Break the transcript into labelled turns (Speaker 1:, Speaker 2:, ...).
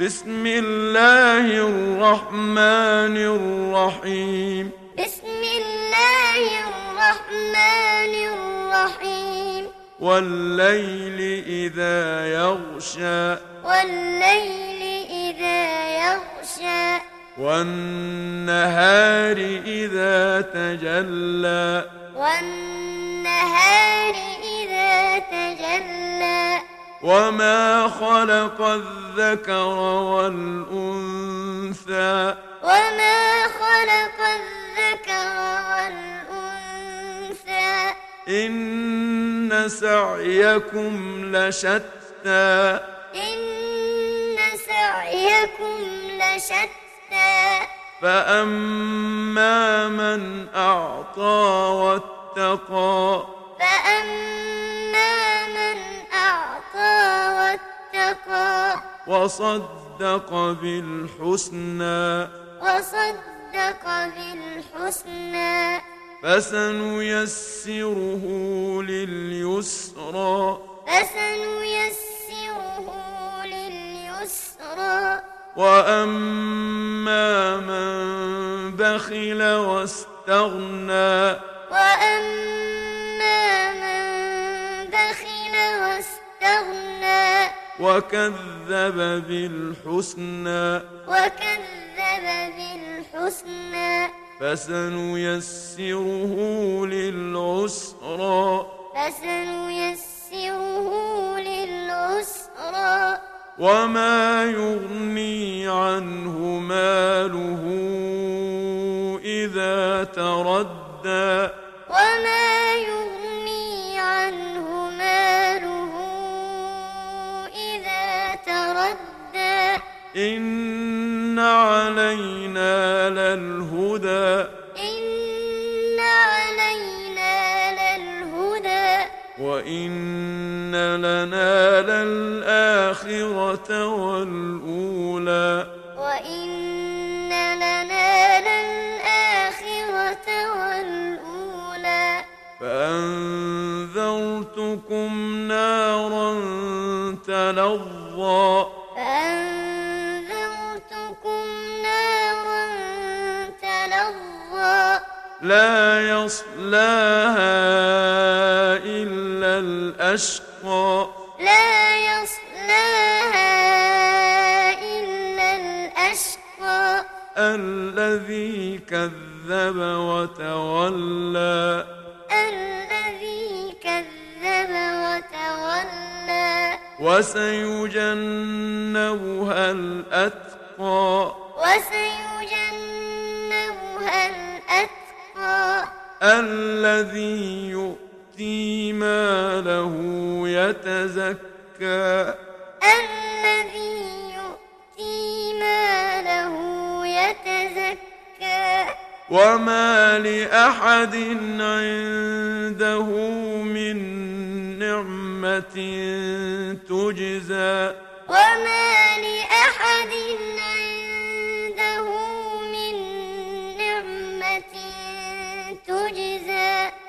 Speaker 1: بسم الله الرحمن الرحيم
Speaker 2: بسم الله الرحمن الرحيم
Speaker 1: والليل إذا يغشى
Speaker 2: والليل إذا يغشى
Speaker 1: والنهار إذا تجلى
Speaker 2: والنهار إذا تجلى
Speaker 1: وما خلق الذكر والأنثى
Speaker 2: وما خلق الذكر والأنثى
Speaker 1: إن سعيكم لشتى
Speaker 2: إن سعيكم لشتى
Speaker 1: فأما من أعطى واتقى
Speaker 2: فأما من أعطى واتقى
Speaker 1: وصدق بالحسنى
Speaker 2: وصدق بالحسنى
Speaker 1: فسنيسره لليسرى
Speaker 2: فسنيسره لليسرى
Speaker 1: وأما من بخل واستغنى
Speaker 2: وأما من بخل واستغنى
Speaker 1: وكذب بالحسنى
Speaker 2: وكذب بالحسنى
Speaker 1: فسنيسره للعسرى
Speaker 2: فسنيسره للعسرى
Speaker 1: وما يغني عنه ماله إذا تردى
Speaker 2: وما يغني عنه ماله إذا تردى
Speaker 1: إن علينا للهدى
Speaker 2: إن علينا للهدى
Speaker 1: وإن لنا للآخرة والأولى
Speaker 2: وإن لنا للآخرة والأولى
Speaker 1: فأنذرتكم نارا تلظى
Speaker 2: فأنذرتكم نارا تلظى
Speaker 1: لا يصلاها إلا الأشقى
Speaker 2: لا يصلاها إلا الأشقى
Speaker 1: الذي كذب وتولى
Speaker 2: الذي كذب وتولى
Speaker 1: وسيجنبها الأتقى
Speaker 2: وسيجنبها الأتقى
Speaker 1: الذي يؤتي ماله يتزكى
Speaker 2: الذي يؤتي ماله يتزكى
Speaker 1: وما لأحد عنده من نعمة تجزى
Speaker 2: وما لأحد عنده من نعمة تجزى